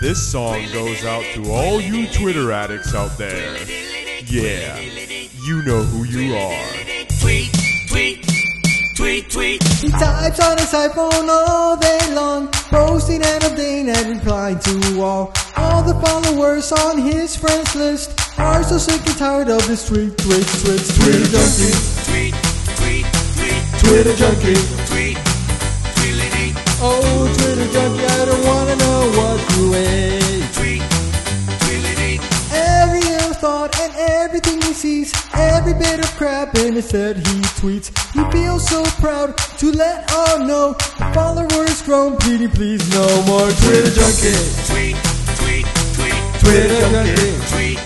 This song goes out to all you Twitter addicts out there. Yeah, you know who you are. Tweet, tweet, tweet, tweet. He types on his iPhone all day long, posting and updating and replying to all. All the followers on his friends list are so sick and tired of this tweet, tweet, tweet, Twitter junkie, Tweet, tweet, tweet, Twitter junkie. tweet, tweelity, Oh, Twitter junkie, I don't wanna know what you ate. tweet, tweelity. Every ill thought and everything he sees, every bit of crap in his head he tweets. He feels so proud to let all know the followers grown, pleading please no more Twitter junkie, Tweet, tweet, tweet, Twitter junkie. tweet,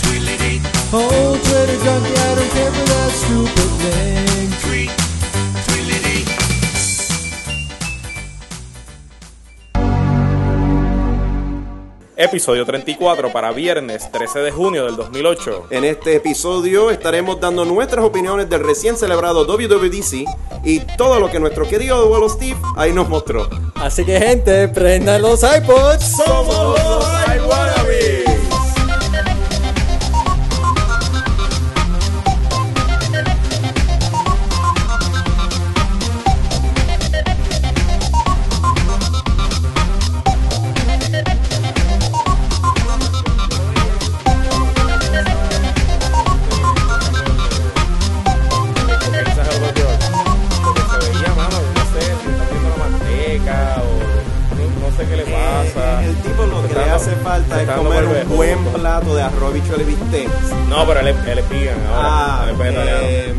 tweelity, Oh, Twitter junkie, I don't care for that stupid thing. tweet, tweelity. Episodio 34 para viernes 13 de junio del 2008. En este episodio estaremos dando nuestras opiniones del recién celebrado WWDC y todo lo que nuestro querido abuelo Steve ahí nos mostró. Así que gente, prendan los iPods. ¡Somos los iWannabes! Mensaje de Dios. Porque se veía, mano, no sé, se está poniendo la manteca o no, no sé qué le pasa. El tipo lo Se que está le dando- hace falta se es está dando comer golpe un de buen justo. plato de arroz bichuelo y bistec. No, pero él es, él es vegan ahora. Ah, él es vegetariano. eh,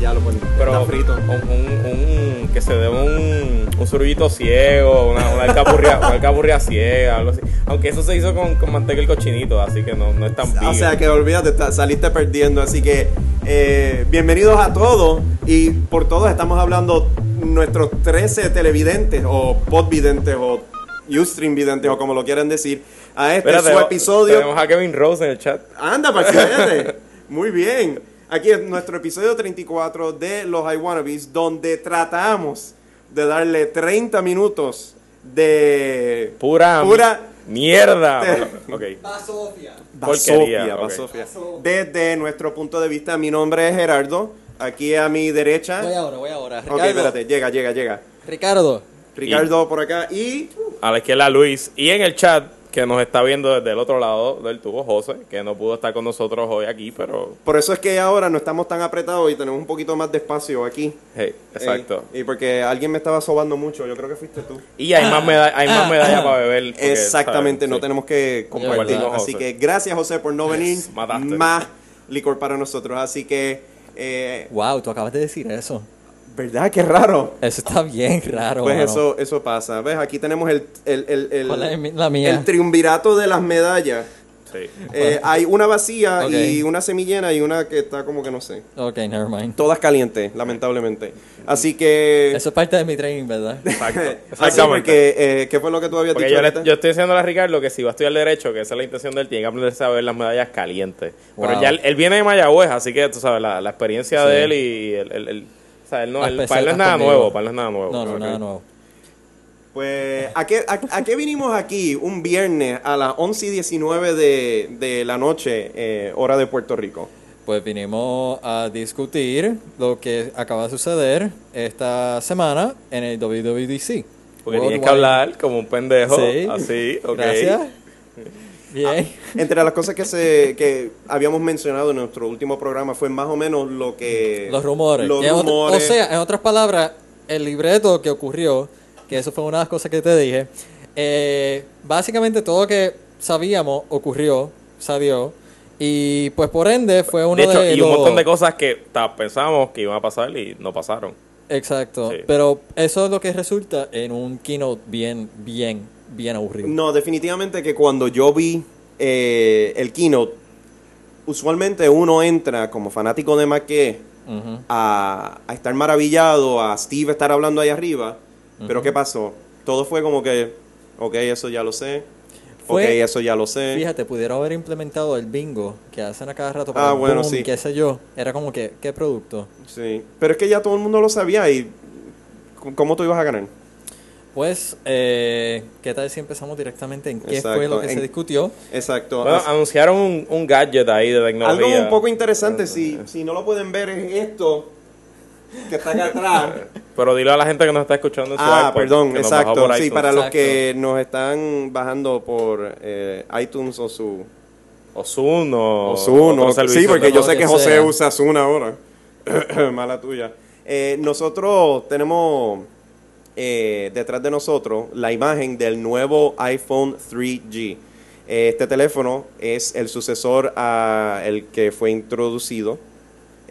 ya lo ponen. pero Está frito. Un, un- un- que se dé un, un surullito ciego, una, una, alcapurria, una alcapurria ciega, algo así. Aunque eso se hizo con, con manteca y cochinito, así que no, no es tan O vegan. sea que olvídate, ta- saliste perdiendo. Así que eh, bienvenidos a todos. Y por todos estamos hablando nuestros 13 televidentes o podvidentes o Ustream videntes o como lo quieran decir. A este Espérate, su episodio. Tenemos a Kevin Rose en el chat. Anda, para que vean. Muy bien. Aquí es nuestro episodio 34 de Los I Wannabes, donde tratamos de darle 30 minutos de Pura, pura mierda. Te- Ok. Porquería, Basofia, ok. basofia. Desde nuestro punto de vista, mi nombre es Gerardo. Aquí a mi derecha. Voy ahora, voy ahora. Ok, espérate, llega, llega, llega. Ricardo. Ricardo por acá y. A la izquierda Luis. Y en el chat, que nos está viendo desde el otro lado del tubo, José, que no pudo estar con nosotros hoy aquí, pero... Por eso es que ahora no estamos tan apretados y tenemos un poquito más de espacio aquí. Hey, exacto. Eh, y porque alguien me estaba sobando mucho, yo creo que fuiste tú. Y hay más, meda hay más medallas para beber. porque, Ah. Exactamente, ¿sabes? no Sí. tenemos que compartirlo. Guardado, Así José. que gracias, José, por no venir. mataste. Más licor para nosotros. Así que. eh, Wow, tú acabas de decir eso. ¿Verdad? Qué raro. Eso está bien raro. Pues mano. eso, eso pasa. ¿Ves? Aquí tenemos el, el, el, el- ¿Cuál es mi- la mía? el triunvirato de las medallas. Sí. Eh, hay una vacía Ok. y una semillena y una que está como que no sé. Ok, never mind. Todas calientes, lamentablemente. Así que. Eso es parte de mi training, ¿verdad? Exacto. Así Exactamente. porque, eh, ¿qué fue lo que tú habías Porque dicho? yo, le- ahorita? yo estoy diciendo a Ricardo que si va a estudiar derecho, que esa es la intención de él, tiene que aprenderse a ver las medallas calientes. Pero Wow. ya él, él viene de Mayagüez, así que tú sabes, la, la experiencia de él y el... el- el- o sea, él no, Las él- para él no es pesetas nada conmigo. nuevo, para él no es nada nuevo. No, no, Ok. nada nuevo. Pues, ¿a qué, a, a qué vinimos aquí un viernes a las 11 y 19 de, de la noche, eh, hora de Puerto Rico? Pues vinimos a discutir lo que acaba de suceder esta semana en el WWDC. Porque tienes Worldwide. que hablar como un pendejo, Sí. así, ok. Ah. Gracias. Bien. Entre las cosas que se que habíamos mencionado en nuestro último programa fue más o menos lo que Los rumores. los Y en ot- rumores. O sea, en otras palabras, el libreto que ocurrió, que eso fue una de las cosas que te dije, eh, básicamente todo lo que sabíamos ocurrió, salió, y pues por ende fue uno de de, hecho, y un los- montón de cosas que ta, pensábamos que iban a pasar y no pasaron. Exacto. Sí. Pero eso es lo que resulta en un keynote bien, bien, bien aburrido. no, definitivamente que cuando yo vi eh, el keynote, usualmente uno entra como fanático de Maquet Ujú. a, a estar maravillado, a Steve estar hablando ahí arriba. Pero ¿qué pasó? Todo fue como que, ok, eso ya lo sé. Fue- ok, eso ya lo sé. Fíjate, pudieron haber implementado el bingo que hacen a cada rato. Ah, el bueno, boom, sí. Qué sé yo. Era como que, ¿qué producto? Sí. Pero es que ya todo el mundo lo sabía y c- ¿cómo tú ibas a ganar? Pues, eh, ¿qué tal si empezamos directamente en qué fue Exacto, lo que en- se discutió? Exacto. Bueno, Así- anunciaron un, un gadget ahí de tecnología. Algo un poco interesante, si, si no lo pueden ver, es esto que está acá atrás. Pero dilo a la gente que nos está escuchando en su Ah, iPod, perdón, que nos bajó exacto. por Sí, iTunes. para los Exacto. que nos están bajando por eh, iTunes o su O Zoom o... o Zoom. otro o- servicio sí, porque de- yo lo sé que que José sea. usa Zoom ahora. Mala tuya. Eh, nosotros tenemos eh, detrás de nosotros la imagen del nuevo iPhone 3G. Eh, Este teléfono es el sucesor a el que fue introducido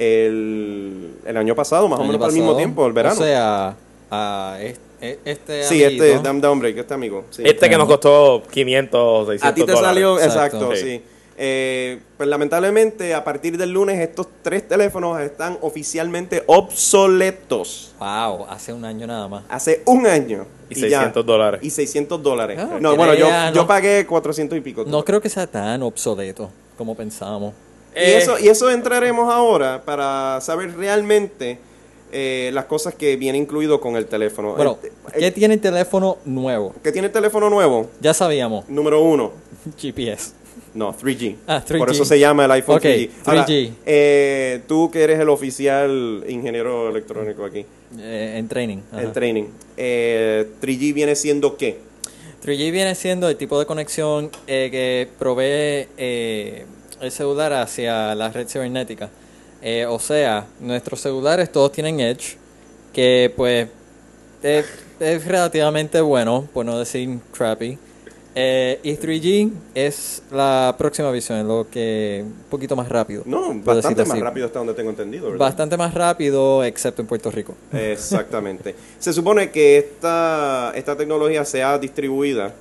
el, el año pasado, más o menos al al mismo tiempo, el verano. O sea, a es- e- este. sí, este, amiguito, Dam Downbreak, este amigo. sí. Este que nos costó 500 o 600 A ti te dólares. salió, exacto, Exacto. sí. Sí. Eh, pues lamentablemente a partir del lunes estos tres teléfonos están oficialmente obsoletos. Wow, hace un año nada más. Hace un año. Y 600 dólares. Y 600 dólares. Ah, no, tiene bueno, yo, ya, yo no. pagué 400 y pico. No creo que sea tan obsoleto como pensábamos. y, Eh, eso, y eso entraremos ahora para saber realmente eh, las cosas que viene incluido con el teléfono. Bueno, Eh, ¿qué eh, tiene el teléfono nuevo? ¿Qué tiene el teléfono nuevo? Ya sabíamos, Número uno. GPS. No, 3G. Ah, 3G. Por eso se llama el iPhone Ok, 3G. Ahora, 3G. eh, tú que eres el oficial ingeniero electrónico aquí, eh, en training. ajá. el training, eh, 3G viene siendo qué? 3G viene siendo el tipo de conexión eh, que provee eh, el celular hacia la red cibernética. Eh, o sea, nuestros celulares todos tienen Edge, que pues es, es relativamente bueno, por no decir crappy. Eh, y 3G es la próxima visión, lo que un poquito más rápido. No, por bastante decirlo más así. rápido hasta donde tengo entendido, ¿verdad? Bastante más rápido, excepto en Puerto Rico. Exactamente. Se supone que esta, esta tecnología sea distribuida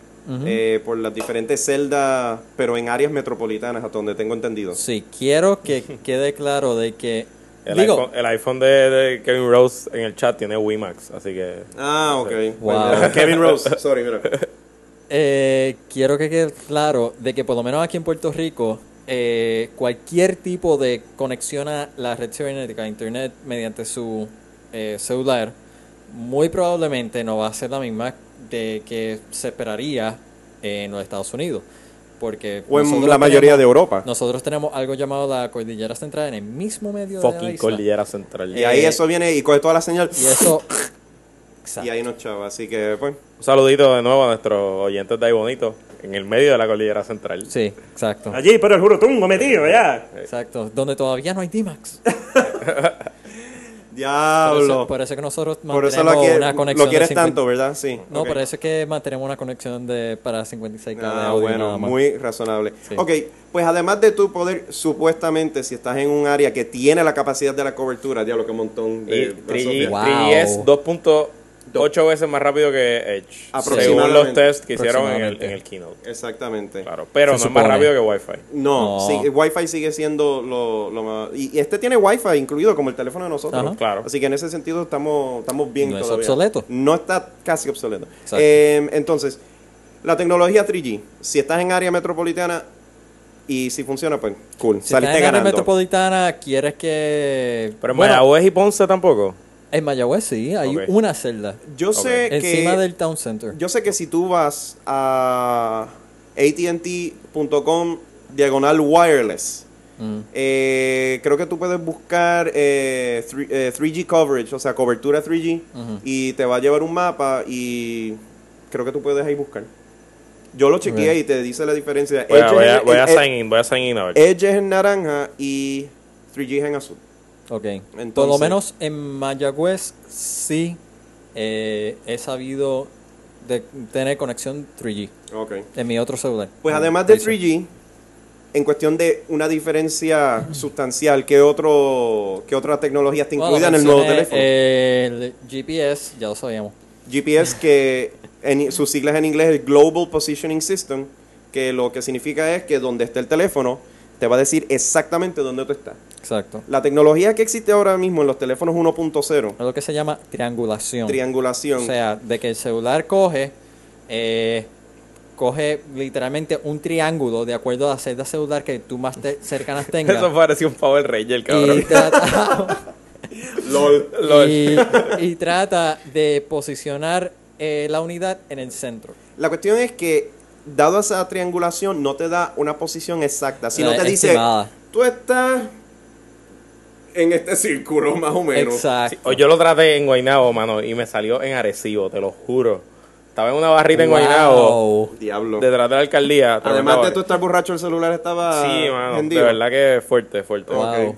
eh, por las diferentes celdas, pero en áreas metropolitanas, hasta donde tengo entendido. Sí, quiero que quede claro de que... El digo, iPhone, el iPhone de, de Kevin Rose en el chat tiene WiMAX, así que... Ah, ok. Wow. Kevin Rose, sorry, mira. Eh, quiero que quede claro de que por lo menos aquí en Puerto Rico eh, cualquier tipo de conexión a la red cibernética, a internet mediante su eh, celular, muy probablemente no va a ser la misma de que se esperaría en los Estados Unidos. Porque O en nosotros la mayoría tenemos- de Europa. Nosotros tenemos algo llamado la cordillera central en el mismo medio de la Fucking isla. Cordillera Central. Y ahí Eh, eso viene y coge toda la señal. Y eso... Y Exacto. ahí nos chava, así que pues. Un saludito de nuevo a nuestros oyentes de ahí bonito, en el medio de la Cordillera Central. Eh, Sí, exacto. Allí, pero el jurotungo metido, ya. Exacto. Donde todavía no hay D-Max. Por Diablo. eso, por eso que nosotros Por mantenemos eso lo, que- una conexión. lo quieres de 50 tanto, ¿verdad? Sí. No, ok. por eso es que mantenemos una conexión de para 56K de Ah, audio nada bueno, más. muy razonable. Sí. Ok, pues además de tu poder, supuestamente, si estás en un área que tiene la capacidad de la cobertura, diablo, que montón Y de. 3G, Wow. 3G es 2.8 veces más rápido que Edge. Aproximadamente. Según los tests que hicieron en el, Aproximadamente. en el keynote. Exactamente. Claro, pero no Se es más supone. rápido que Wi-Fi. No, No. sí, el Wi-Fi sigue siendo lo, lo más. Y, y este tiene Wi-Fi incluido, como el teléfono de nosotros. Ajá. Claro. Así que en ese sentido estamos, estamos bien No es todavía. obsoleto. No está casi obsoleto. Exacto. Eh, entonces, la tecnología 3G, si estás en área metropolitana y si funciona, pues cool. Si saliste estás en la red ganando. metropolitana, quieres que... Pero en Bueno, Mayagüez y Ponce tampoco. en Mayagüez sí, hay Ok. una celda. Yo sé que. Encima del Town Center. Yo sé que si tú vas a ATT.com diagonal wireless, Mm, eh, creo que tú puedes buscar eh, 3, g coverage, o sea, cobertura 3G, y te va a llevar un mapa y creo que tú puedes ahí buscar. Yo lo chequeé y te dice la diferencia. Voy a, Edge voy es a, en- voy a en- sign in, voy a sign in a ver. Edge es en naranja y 3G es en azul. Ok. Por lo Entonces- menos en Mayagüez sí eh, he sabido de tener conexión 3G Okay. en mi otro celular. Mm, Pues además de Sí, sí. 3G, en cuestión de una diferencia sustancial, ¿qué, otro, qué otras tecnologías te Bueno, incluida en el nuevo mencioné teléfono? El GPS, ya lo sabíamos. GPS, que en, sus siglas en inglés es Global Positioning System, que lo que significa es que donde esté el teléfono, te va a decir exactamente dónde tú estás. Exacto. La tecnología que existe ahora mismo en los teléfonos 1.0, Es lo que se llama triangulación. triangulación, O sea, de que el celular coge, eh, coge literalmente un triángulo de acuerdo a la celda celular que tú más te- cercanas tengas. Eso pareció un Power Ranger, y cabrón. trata, LOL. Lol. y- y trata de posicionar eh, la unidad en el centro. La cuestión es que, dado esa triangulación, no te da una posición exacta, sino Eh, te dice, estimada. tú estás en este círculo, más o menos. Exacto. O yo lo traté en Guaynabo, mano, y me salió en Arecibo, te lo juro. Estaba en una barrita en Wow. Guaynabo, Diablo. detrás de la alcaldía. te lo Además de juro. tú estar borracho, el celular estaba Sí, mano, hendido. de verdad que fuerte, fuerte. Wow.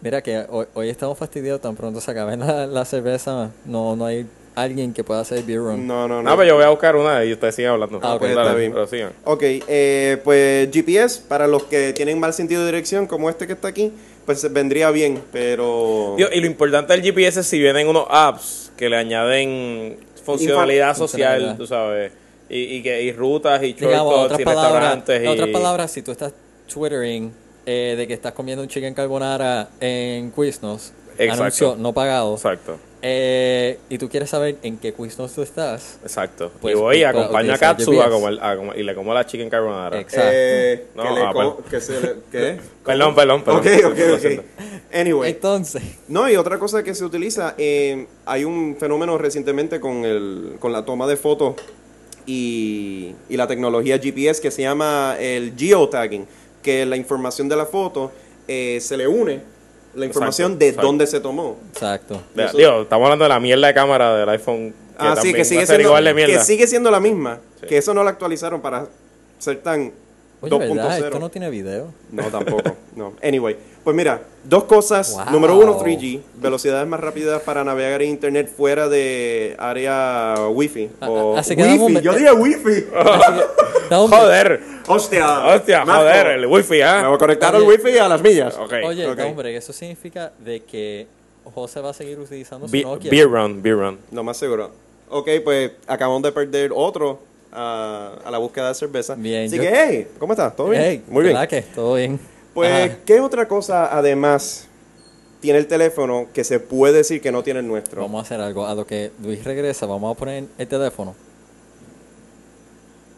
Mira que hoy, hoy estamos fastidiados, tan pronto se acabe la, la cerveza, no, no hay alguien que pueda hacer beer run. No, no, no. No, pero yo voy a buscar una y ustedes sigan hablando. Ah, ok, Pues Dale, está bien. pero sigan. Ok, eh, pues GPS, para los que tienen mal sentido de dirección, como este que está aquí, pues vendría bien, pero... Tío, y lo importante del GPS es si vienen unos apps que le añaden funcionalidad Info- social, funcionalidad. tú sabes, y, y que y rutas y Digamos, en shortcuts otras y palabras, restaurantes. en y... otras palabras, si tú estás twittering eh, de que estás comiendo un chicken carbonara en Quiznos, Exacto. anuncio no pagado, Exacto, eh, y tú quieres saber en qué Quiznos tú estás, exacto. Pues, y voy y pues, acompaño a utilizar Katsu a GPS. comer- a comer- y le como la chicken carbonara. Exacto. Eh, No, que le ah, co- perdón. que se le- ¿Qué? Perdón, perdón, perdón. Ok, ok, Lo siento. ok. Anyway, entonces... no, y otra cosa que se utiliza, eh, hay un fenómeno recientemente con, el, con la toma de fotos y, y la tecnología GPS que se llama el geotagging, que la información de la foto eh, se le une la información de exacto. dónde se tomó. Exacto. De- Eso- digo, estamos hablando de la mierda de cámara del iPhone. Ah, también sí, que va a sigue, ser siendo, igual de mierda. que sigue siendo la misma. Sí. Que eso no lo actualizaron para ser tan Oye, ¿verdad? Esto 2.0. no tiene video. No, tampoco. No. Anyway, pues mira, dos cosas. Wow. Número uno, 3G, velocidades más rápidas para navegar en internet fuera de área wifi. O Ah, así que dame un wifi. momento. Yo dije wifi. Así que, da un- Joder, Hostia. hostia, Marco, joder, el wifi, Me voy ¿ah? a conectar al Oye. wifi y a las millas. Ok. Oye, ok. no, hombre, eso significa de que José va a seguir utilizando su Be- Nokia. Beer run, beer run. Lo más seguro. Ok, pues acabamos de perder otro a, a la búsqueda de cerveza. Bien, Así yo- que, hey, ¿cómo estás? ¿Todo bien? Ey, Muy bien. ¿verdad que todo bien? Pues, Ajá. ¿qué otra cosa además tiene el teléfono que se puede decir que no tiene el nuestro? Vamos a hacer algo. A lo que Luis regresa, vamos a poner el teléfono.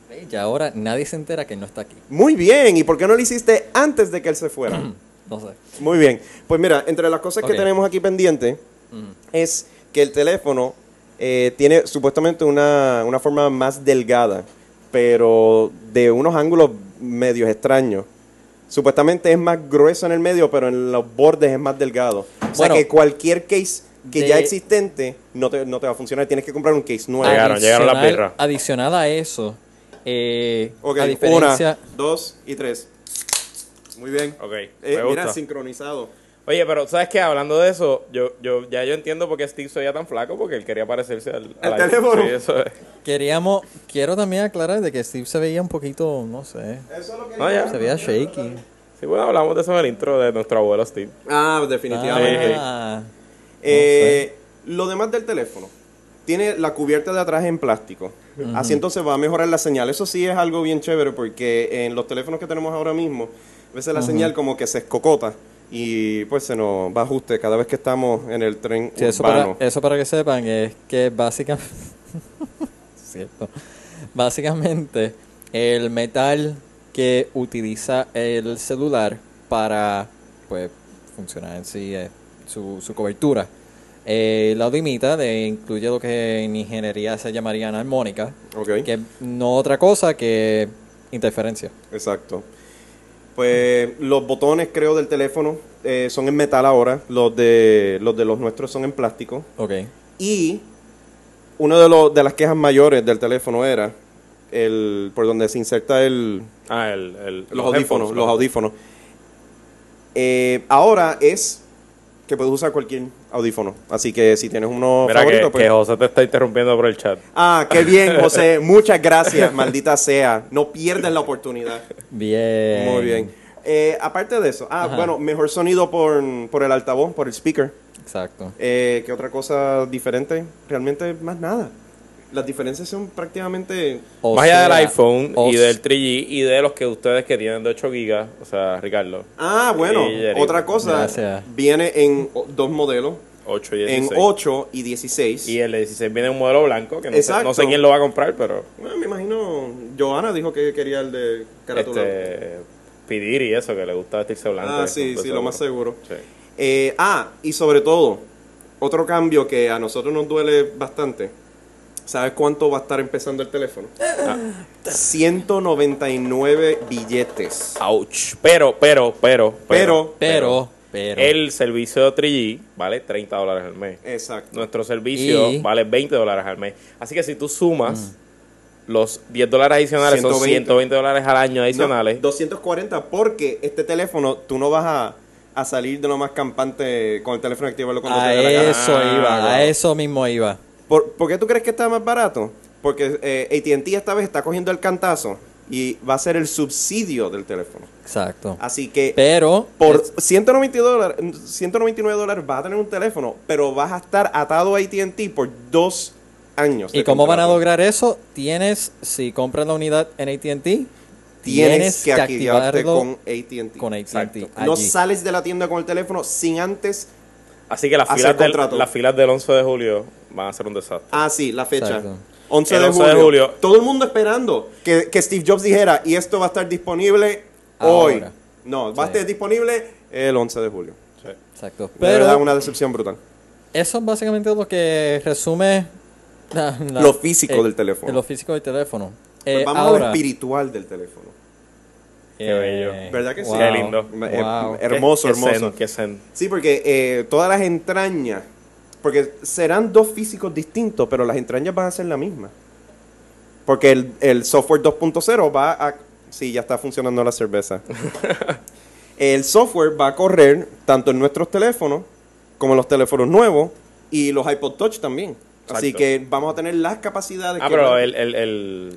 Ve, Y ahora nadie se entera que no está aquí. Muy bien, ¿y por qué no lo hiciste antes de que él se fuera? No sé. Muy bien, pues mira, entre las cosas Ok. que tenemos aquí pendiente es que el teléfono eh, tiene supuestamente una, una forma más delgada, pero de unos ángulos medios extraños. Supuestamente es más grueso en el medio, pero en los bordes es más delgado. O sea Bueno, que cualquier case que de- ya existente no te, no te va a funcionar. Tienes que comprar un case nuevo. Llegaron, llegaron las Adicional- birras. Adicional a eso, eh, Ok, a diferencia... una, dos y tres. Muy bien. Ok, Eh, me mira, gusta. sincronizado. Oye, pero ¿sabes qué? Hablando de eso, yo, yo ya yo entiendo por qué Steve se veía tan flaco, porque él quería parecerse al, Al iPhone. teléfono. Sí, eso es. Queríamos... Quiero también aclarar de que Steve se veía un poquito, no sé... Eso es lo que No, ya. Se veía shaky. Sí, bueno, hablamos de eso en el intro de nuestro abuelo Steve. Ah, definitivamente. Ah, Eh, Lo demás del teléfono. Tiene la cubierta de atrás en plástico. Así entonces va a mejorar la señal. Eso sí es algo bien chévere porque en los teléfonos que tenemos ahora mismo, a veces la señal como que se escocota y pues se nos va ajuste cada vez que estamos en el tren Sí, eso, para, urbano. eso para que sepan es que básicamente, cierto, básicamente el metal que utiliza el celular para pues funcionar en sí eh, su, su cobertura eh, la limita de incluye lo que en ingeniería se llamaría anarmónica Ok. que no otra cosa que interferencia Exacto. Pues los botones, creo, del teléfono eh, son en metal ahora. Los de los de los nuestros son en plástico. ok Y una de, los- de las quejas mayores del teléfono era el por donde se inserta el, Ah, el, el- los, audífonos. headphones, Los audífonos. Eh, ahora es que puedes usar cualquier audífono. Así que si tienes uno Mira favorito, que, pues- que José te está interrumpiendo por el chat. Ah, qué bien, José. Muchas gracias, maldita sea. No pierdas la oportunidad. bien Muy bien. Eh, aparte de eso, ah, Ajá. bueno, mejor sonido por, por el altavoz, por el speaker. exacto Eh, ¿Qué otra cosa diferente? Realmente más nada. Las diferencias son prácticamente... O Más allá del sea, iPhone o y del 3G y de los que ustedes que tienen de 8 gigas, o sea, Ricardo, Ah, bueno, Sí, Jerry. otra cosa. Gracias. Viene en o- dos modelos, 8 y en 16. 8 y 16. Y el 16 viene un modelo blanco, que no sé, Exacto. no sé quién lo va a comprar, pero Bueno, Ah, me imagino, Joana dijo que quería el de carátula. este, pedir y eso, que le gusta vestirse blanco. ah, eso, sí, pues, sí, lo más seguro. Sí. Eh, ah, y sobre todo, otro cambio que a nosotros nos duele bastante, ¿Sabes cuánto va a estar empezando el teléfono? Ah, 199 billetes. Ouch. Pero, pero, pero, Pero, Pero, pero. El servicio 3G vale 30 dólares al mes. exacto. Nuestro servicio Y- vale 20 dólares al mes. Así que si tú sumas Mm. los 10 dólares adicionales, son 120. 120 dólares al año No, adicionales. 240 porque este teléfono tú no vas a, a salir de lo más campante con el teléfono y activarlo cuando a te dé la gana. eso Ah, iba, claro. a eso mismo iba. ¿Por, por qué tú crees que está más barato? Porque eh, AT&T esta vez está cogiendo el cantazo y va a ser el subsidio del teléfono. Exacto. Así que Pero, Ah, por es- 192 dólares, 199 dólares vas a tener un teléfono, pero vas a estar atado a AT&T por dos años. ¿y de cómo van a contrato. lograr eso? Tienes, si compras la unidad en ATT, tienes, Tienes que, activarte activarlo con AT&T. con AT&T. Exacto. No allí. sales de la tienda con el teléfono sin antes... Así que las Hacer filas, del, contrato. las filas del 11 de julio van a ser un desastre. Ah, sí, la fecha. Exacto. 11, El de, 11 julio. de julio. Todo el mundo esperando que, que Steve Jobs dijera, y esto va a estar disponible Ahora. hoy. No, va a Sí. estar disponible el 11 de julio. Exacto. de Pero verdad, una decepción brutal. eso es básicamente lo que resume la- la- eh, Lo físico del teléfono. Lo físico del teléfono. Eh, Pues vamos a ahora, eh, lo espiritual del teléfono. Qué bello. ¿Verdad que sí? Qué lindo. Eh, Wow. Hermoso, Qué- qué hermoso. zen, qué zen. Sí, porque eh, todas las entrañas, porque serán dos físicos distintos, pero las entrañas van a ser la misma. Porque el, el software 2.0 va a... Sí, ya está funcionando la cerveza. el software va a correr tanto en nuestros teléfonos como en los teléfonos nuevos y los iPod Touch también. Así Exacto. que vamos a tener las capacidades Ah, que- pero el, el, el,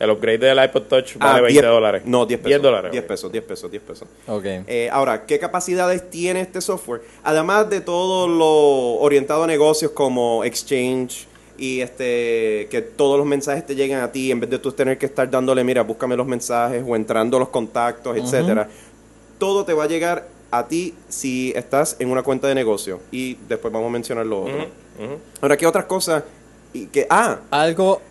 el upgrade del iPod Touch Ah, vale 20 10 dólares. No, 10 pesos. 10 dólares. 10 ok. pesos, 10 pesos, 10 pesos. Ok. Eh, ahora, ¿qué capacidades tiene este software? Además de todo lo orientado a negocios como Exchange y este que todos los mensajes te llegan a ti en vez de tú tener que estar dándole, mira, búscame los mensajes o entrando a los contactos, etcétera. Todo te va a llegar a ti si estás en una cuenta de negocio y después vamos a mencionar lo otro. Ahora, ¿qué otras cosas? Y que ah, Algo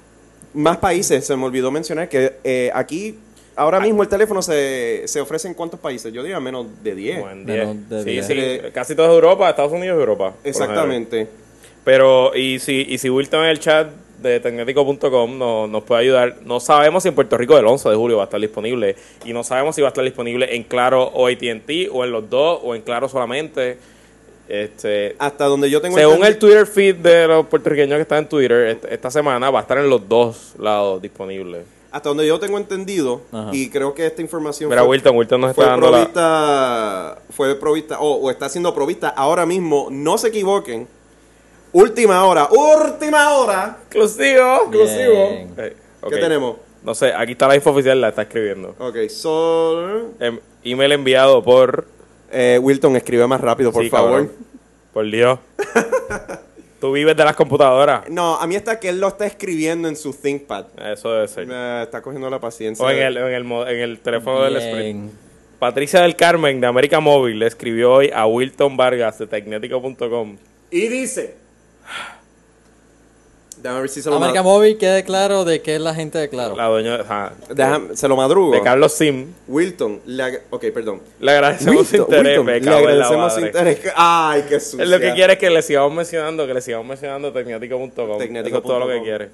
más países, se me olvidó mencionar que eh, aquí ahora mismo el teléfono se, se ofrece en cuántos países? Yo diría menos de 10. Como en 10. Menos de Sí, 10. sí. Casi toda Europa, Estados Unidos y Europa. por lo general. Eh, Exactamente. Pero, y si, y si Wilton en el chat de tecnético.com no, nos puede ayudar, no sabemos si en Puerto Rico el 11 de julio va a estar disponible. Y no sabemos si va a estar disponible en Claro o ATT, o en los dos, o en Claro solamente. Este, Hasta donde yo Ah, tengo Según entendi- el Twitter feed de los puertorriqueños que están en Twitter, est- esta semana va a estar en los dos lados disponible. hasta donde yo tengo entendido Ajá. y creo que esta información Mira, Wilton, Wilton nos fue está dando la... provista, fue provista o, o está siendo provista ahora mismo, no se equivoquen. Última hora, última hora. Exclusivo, exclusivo. Bien. Eh, ok. ¿Qué tenemos? No sé, aquí está la info oficial, la está escribiendo. Ok, Sol. Em, email enviado por... Eh, Wilton, escribe más rápido, por Sí, favor. cabrón. Por Dios. Tú vives de las computadoras. No, a mí está que él lo está escribiendo en su ThinkPad. Eso debe ser. Me está cogiendo la paciencia. O en el, en el, mo- en el teléfono del Sprint. bien. Patricia del Carmen de América Móvil le escribió hoy a Wilton Vargas de tecnético.com. Y dice. Déjame ver si se lo América madrugo. Móvil quede claro de que es la gente de Claro. La dueña de- ajá, Déjame, se lo madrugo. de Carlos Sim. Wilton, le ag- ok, perdón. Le agradecemos su Wilton, interés, Wilton, me le cago en la agradecemos su madre. interés. Ay, qué sucia. Él lo que quiere es que le sigamos mencionando, que le sigamos mencionando tecnético.com. Eso Tecnético es todo lo que punto com. quiere.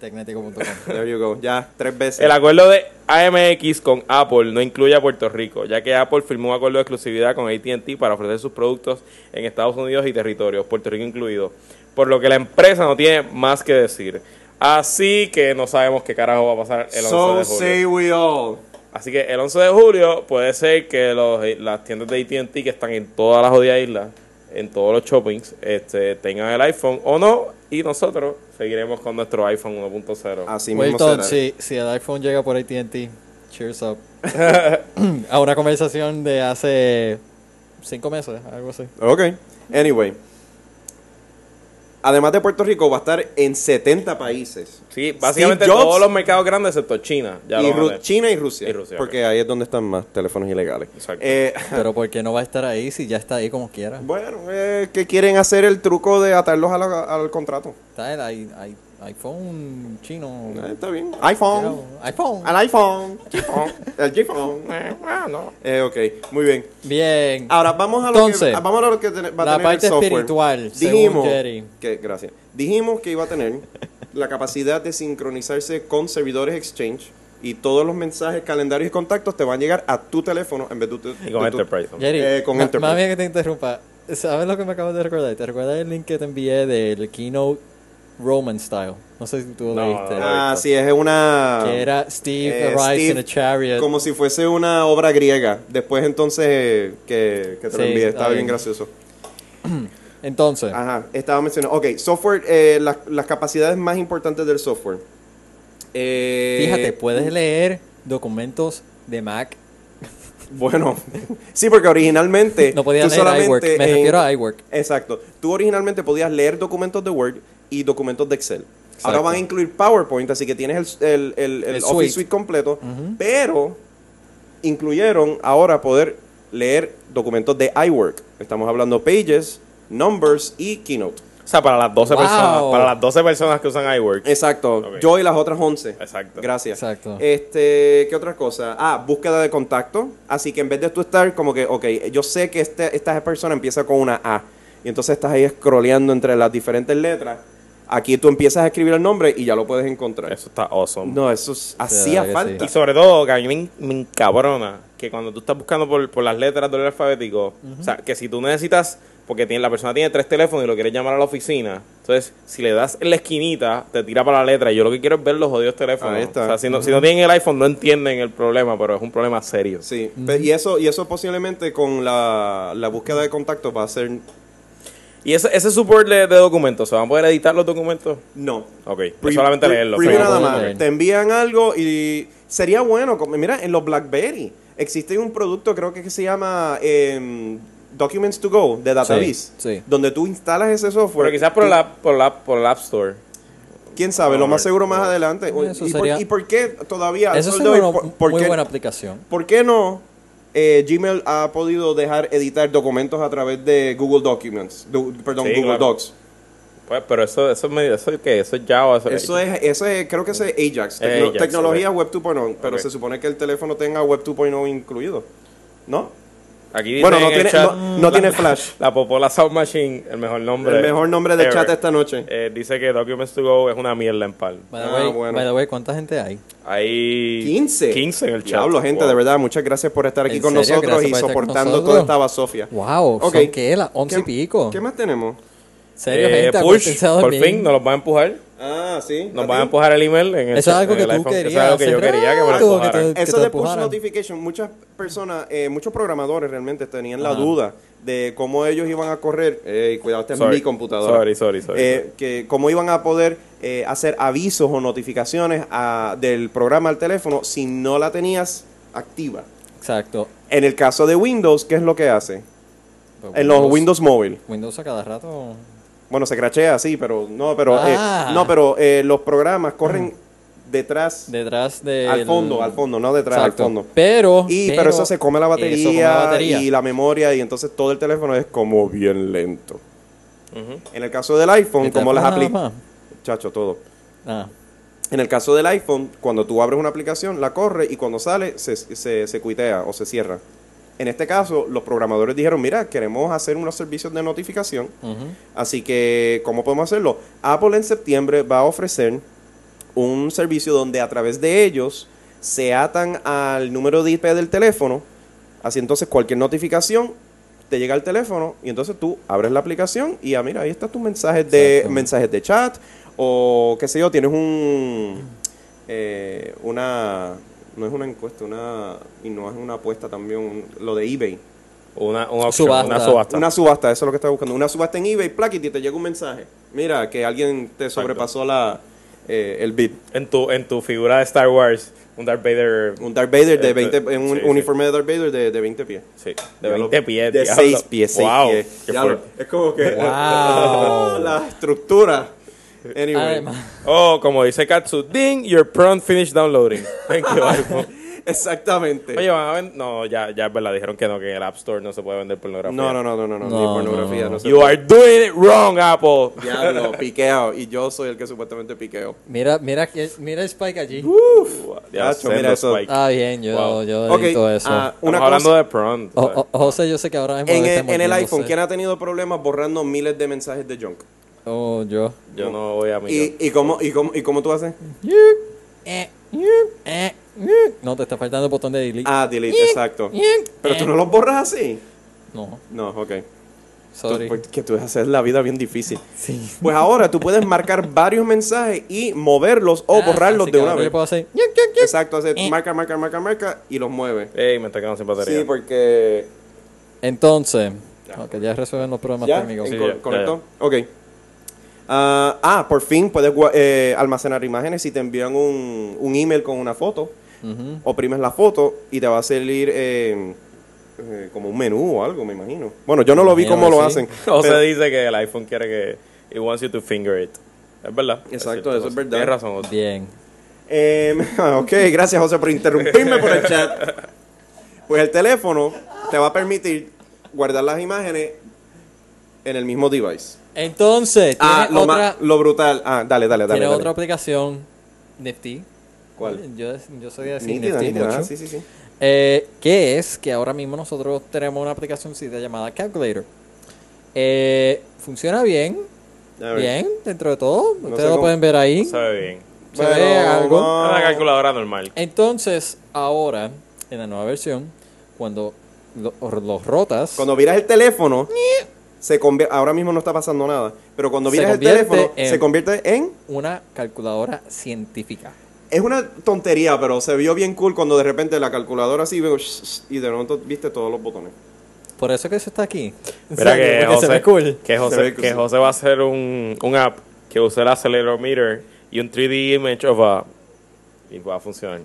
Tecnético.com. There you go. Ya, tres veces. El acuerdo de AMX con Apple no incluye a Puerto Rico, ya que Apple firmó un acuerdo de exclusividad con ATT para ofrecer sus productos en Estados Unidos y territorios, Puerto Rico incluido, por lo que la empresa no tiene más que decir. Así que no sabemos qué carajo va a pasar el 11 so de say julio. we all. Así que el 11 de julio puede ser que los, las tiendas de ATT que están en todas las jodidas islas, en todos los shoppings, este, tengan el iPhone o no, y nosotros seguiremos con nuestro iPhone 1.0. Así mismo será. Wilton, si, si el iPhone llega por ATT, cheers up. a una conversación de hace cinco meses, algo así. Ok. Anyway. Además de Puerto Rico, va a estar en 70 países. Sí, básicamente Steve Jobs. todos los mercados grandes excepto China. Ya Y lo van a Ru- ver. China y Rusia. Y Rusia, porque ok. ahí es donde están más teléfonos ilegales. Exacto. Eh, Pero ¿por qué no va a estar ahí si ya está ahí como quiera? bueno, eh, que quieren hacer el truco de atarlos a la- al contrato. Está el i- i- iPhone chino. Eh, está bien. iPhone. iPhone. Al iPhone. El iPhone. Eh, ok, muy bien. Bien. Ahora vamos a lo Entonces, que, vamos a lo que ten- va a la tener parte el software. espiritual, según Dijimos Jerry. que gracias. Dijimos que iba a tener la capacidad de sincronizarse con servidores Exchange y todos los mensajes, calendarios y contactos te van a llegar a tu teléfono en vez de tu. Y con este de este tu- Enterprise. también. Jerry, Eh, con ma- Enterprise. más bien que te interrumpa. ¿Sabes lo que me acabas de recordar? ¿Te recuerdas el link que te envié del keynote Roman Style? No sé si tú lo No, leíste. Ah, sí, es una. que era Steve eh, arrives Steve, in a chariot. Como si fuese una obra griega. Después entonces eh, que, que te lo Sí, envié, está estaba bien bien. gracioso. Entonces, Ajá, estaba mencionando. Ok, software, eh, las, las capacidades más importantes del software. Eh, fíjate, puedes leer documentos de Mac. Bueno, sí, porque originalmente. No podías Eh, tú leer solamente iWork. Me en- refiero a iWork. Exacto. Tú originalmente podías leer documentos de Word y documentos de Excel. Ahora Exacto. van a incluir PowerPoint, así que tienes el, el- el- el El Office suite. Suite, completo, pero incluyeron ahora poder leer documentos de iWork. Estamos hablando Pages, Numbers y Keynote. O sea, para las 12 Wow. personas, para las 12 personas que usan iWork. Exacto. Ok. Yo y las otras 11. Exacto. Gracias. Exacto. Este, ¿qué otra cosa? Ah, búsqueda de contacto. Así que en vez de tú estar como que, ok, yo sé que este, esta persona empieza con una A. Y entonces estás ahí scrolleando entre las diferentes letras. Aquí tú empiezas a escribir el nombre y ya lo puedes encontrar. Eso está awesome. No, eso es- hacía verdad que falta. Y sobre todo, que a mí me, en- me encabrona que cuando tú estás buscando por, por las letras del alfabético, o sea, que si tú necesitas, porque tiene, la persona tiene tres teléfonos y lo quieres llamar a la oficina, entonces si le das en la esquinita, te tira para la letra. Y yo lo que quiero es ver los odios teléfonos. Ahí está. O sea, si no, si no tienen el iPhone, no entienden el problema, pero es un problema serio. Sí, pe- y eso, y eso posiblemente con la, la búsqueda de contacto va a ser Y ese, ese support de, de documentos, ¿se van a poder editar los documentos? no. Ok, es Pre- Pues solamente pre- leerlos. preview pero- nada más. leer. Te envían algo y sería bueno. como- Mira, en los BlackBerry existe un producto, creo que se llama em, Documents to Go de Database. sí. Donde tú instalas ese software. Pero quizás por tú- la, por la, por la App Store. Quién sabe, lo más Por- seguro más adelante. Bueno, eso ¿Y, sería- por, y por qué todavía? al Eso es sol de hoy, una Ah, por- por muy qué- buena aplicación. ¿Por qué no eh, Gmail ha podido dejar editar documentos a través de Google Documents? Du- perdón, Sí, Google claro. Docs. Pues, pero eso, eso es medio, eso es qué, eso es Java, eso, Eso es, eso es- creo que ese es Ajax, Es tecno- Ajax, tecnología ok. Web 2.0, pero Ok. se supone que el teléfono tenga Web 2.0 incluido, ¿no? Aquí dice Bueno, no en el tiene- chat- no- no tiene flash. La Popola Sound Machine, el mejor nombre. el mejor nombre de ever. chat esta noche. Eh, dice que Documents to Go es una mierda en pal. By the, Ah, way, bueno. by the way, ¿cuánta gente hay? Hay 15. 15 en el chat. Diablo, gente, Wow. de verdad, muchas gracias por estar aquí ¿En con serio? nosotros y Gracias por estar con soportando nosotros. toda esta basofia. Wow, Ok. ¿son qué? ¿La 11 y pico? ¿Qué más tenemos? ¿Serio, Eh, push, gente? Acuéstense a por dormir. fin nos los van a empujar. Ah, sí. Nos ¿a van a ti? empujar el email en el Eso es chat, algo en que el tú iPhone. querías Eso es algo que hace yo quería que me lo rato, que empujaran. te- Eso de push empujaran. notification, muchas personas, eh, muchos programadores realmente tenían la duda de cómo ellos iban a correr, eh, cuidado, esta es Sorry. mi computadora, Sorry, sorry, sorry. Eh, que cómo iban a poder eh, hacer avisos o notificaciones a- del programa al teléfono si no la tenías activa. Exacto. En el caso de Windows, ¿qué es lo que hace? Pero En los Windows Mobile. Windows a cada rato. Bueno, se crachea, sí, pero no, pero, eh, Ah. no, pero eh, los programas corren detrás, Detrás de. al fondo, al fondo, no detrás, Exacto. al fondo. Pero, Y, pero, eso se come la batería, eso come la batería. y la memoria y entonces todo el teléfono es como bien lento. En el caso del iPhone, ¿El como las teléfono nada aplicas... Chacho, todo. Ah, En el caso del iPhone, cuando tú abres una aplicación, la corre y cuando sale se, se, se cuitea o se cierra. En este caso, los programadores dijeron, mira, queremos hacer unos servicios de notificación, así que, ¿cómo podemos hacerlo? Apple en septiembre va a ofrecer un servicio donde a través de ellos se atan al número de IP del teléfono, así entonces cualquier notificación te llega al teléfono y entonces tú abres la aplicación y ah, mira, ahí están tus mensajes de, Exacto. mensajes de chat o qué sé yo, tienes un, eh, una, no es una encuesta, una, y no es una apuesta también, un- lo de eBay. Una, un auction, Subasta. una subasta. Una subasta, eso es lo que estaba buscando. Una subasta en eBay, plaquete, y te llega un mensaje. Mira, que alguien te sobrepasó la, eh, el bid. En, tu, en tu figura de Star Wars, un Darth Vader. Un Darth Vader de Este, 20, en un sí, sí. uniforme de Darth Vader de, de 20 pies. Sí, de Ya lo- 20 pies. De diablo. 6 pies, 6 wow, pies. qué Ya lo- fuerte. es como que Wow. la estructura. Anyway, Además. Oh, como dice Katsu, ding, your prompt finished downloading. Thank you. iPhone. exactamente. Oye, van a vend- No, ya, ya es verdad. Dijeron que no, que en el App Store no se puede vender pornografía. no, no, no, no, no, no, No, ni pornografía, no. no se You puede. are doing it wrong, Apple. Diablo, piqueo. Y yo soy el que supuestamente piqueo. mira, mira, que- mira Spike allí. Ya, Nacho, mira eso. Spike. Ah, bien, yo, Wow. yo Uh. Ok, edito eso. ah, Estamos una hablando cosa. de prompt. O- o- José, yo sé que ahora mismo En debe el, estar en el iPhone, mordiéndose. ¿quién ha tenido problemas borrando miles de mensajes de junk? Oh, yo. Yo no voy a mirar. ¿Y, y, cómo, y, cómo, ¿Y cómo tú haces? Eh, eh, eh. No, te está faltando el botón de delete. Eh, Ah, delete, exacto. Pero tú no los borras así. No, No, ok. Tú- pues, sorry. porque tú haces la vida bien difícil. Sí. Pues ahora tú puedes marcar varios mensajes y moverlos o Ah, borrarlos así de que una ahora vez. Yo puedo hacer. Eh. Exacto, hace marca, marca, marca, marca y los mueve. Ey, me está quedando sin batería. Sí, porque. Entonces, ok, ya resuelven los problemas ¿Ya? técnicos. ¿En Sí, co- ya, ya, ¿Conectó? Ok. Ah, ah, por fin puedes gua- eh, almacenar imágenes si te envían un, un email con una foto. Ujú. Oprimes la foto y te va a salir eh, eh, como un menú o algo, me imagino. Bueno, yo no lo vi Imagino cómo que lo sí. hacen. O pero- se dice que el iPhone quiere que. It wants you to finger it. Es verdad. Exacto, cierto, eso es José. verdad. Tienes razón, José. Bien. Em, ok, gracias José por interrumpirme por el chat. Pues el teléfono te va a permitir guardar las imágenes en el mismo device. Entonces, Ah, tiene lo, otra, ma- lo brutal. Ah, dale, dale, dale. tiene dale. otra aplicación Nifty. ¿Cuál? Yo, yo soy de decir Nítida, Nifty nítida. mucho. Ah, sí, sí, sí. Eh, que es que ahora mismo nosotros tenemos una aplicación llamada Calculator. Eh, funciona bien, A ver. bien, dentro de todo. sé Ustedes lo cómo- pueden ver ahí. No sabe bien. Se Bueno, ve algo. no. Es una calculadora normal. Entonces, ahora, en la nueva versión, cuando lo- los rotas, Cuando miras el teléfono, se convier- ahora mismo no está pasando nada, pero cuando Se miras el convierte teléfono, en- se convierte en... una calculadora científica. Es una tontería, pero se vio bien cool cuando de repente la calculadora así veo, sh- sh- y de pronto viste todos los botones. Por eso que eso está aquí. Mira O sea, que porque José, se ve cool. que, Se José, ve cool, que sí. José va a hacer un, un app que use el accelerometer y un 3D image of a. Y va a funcionar.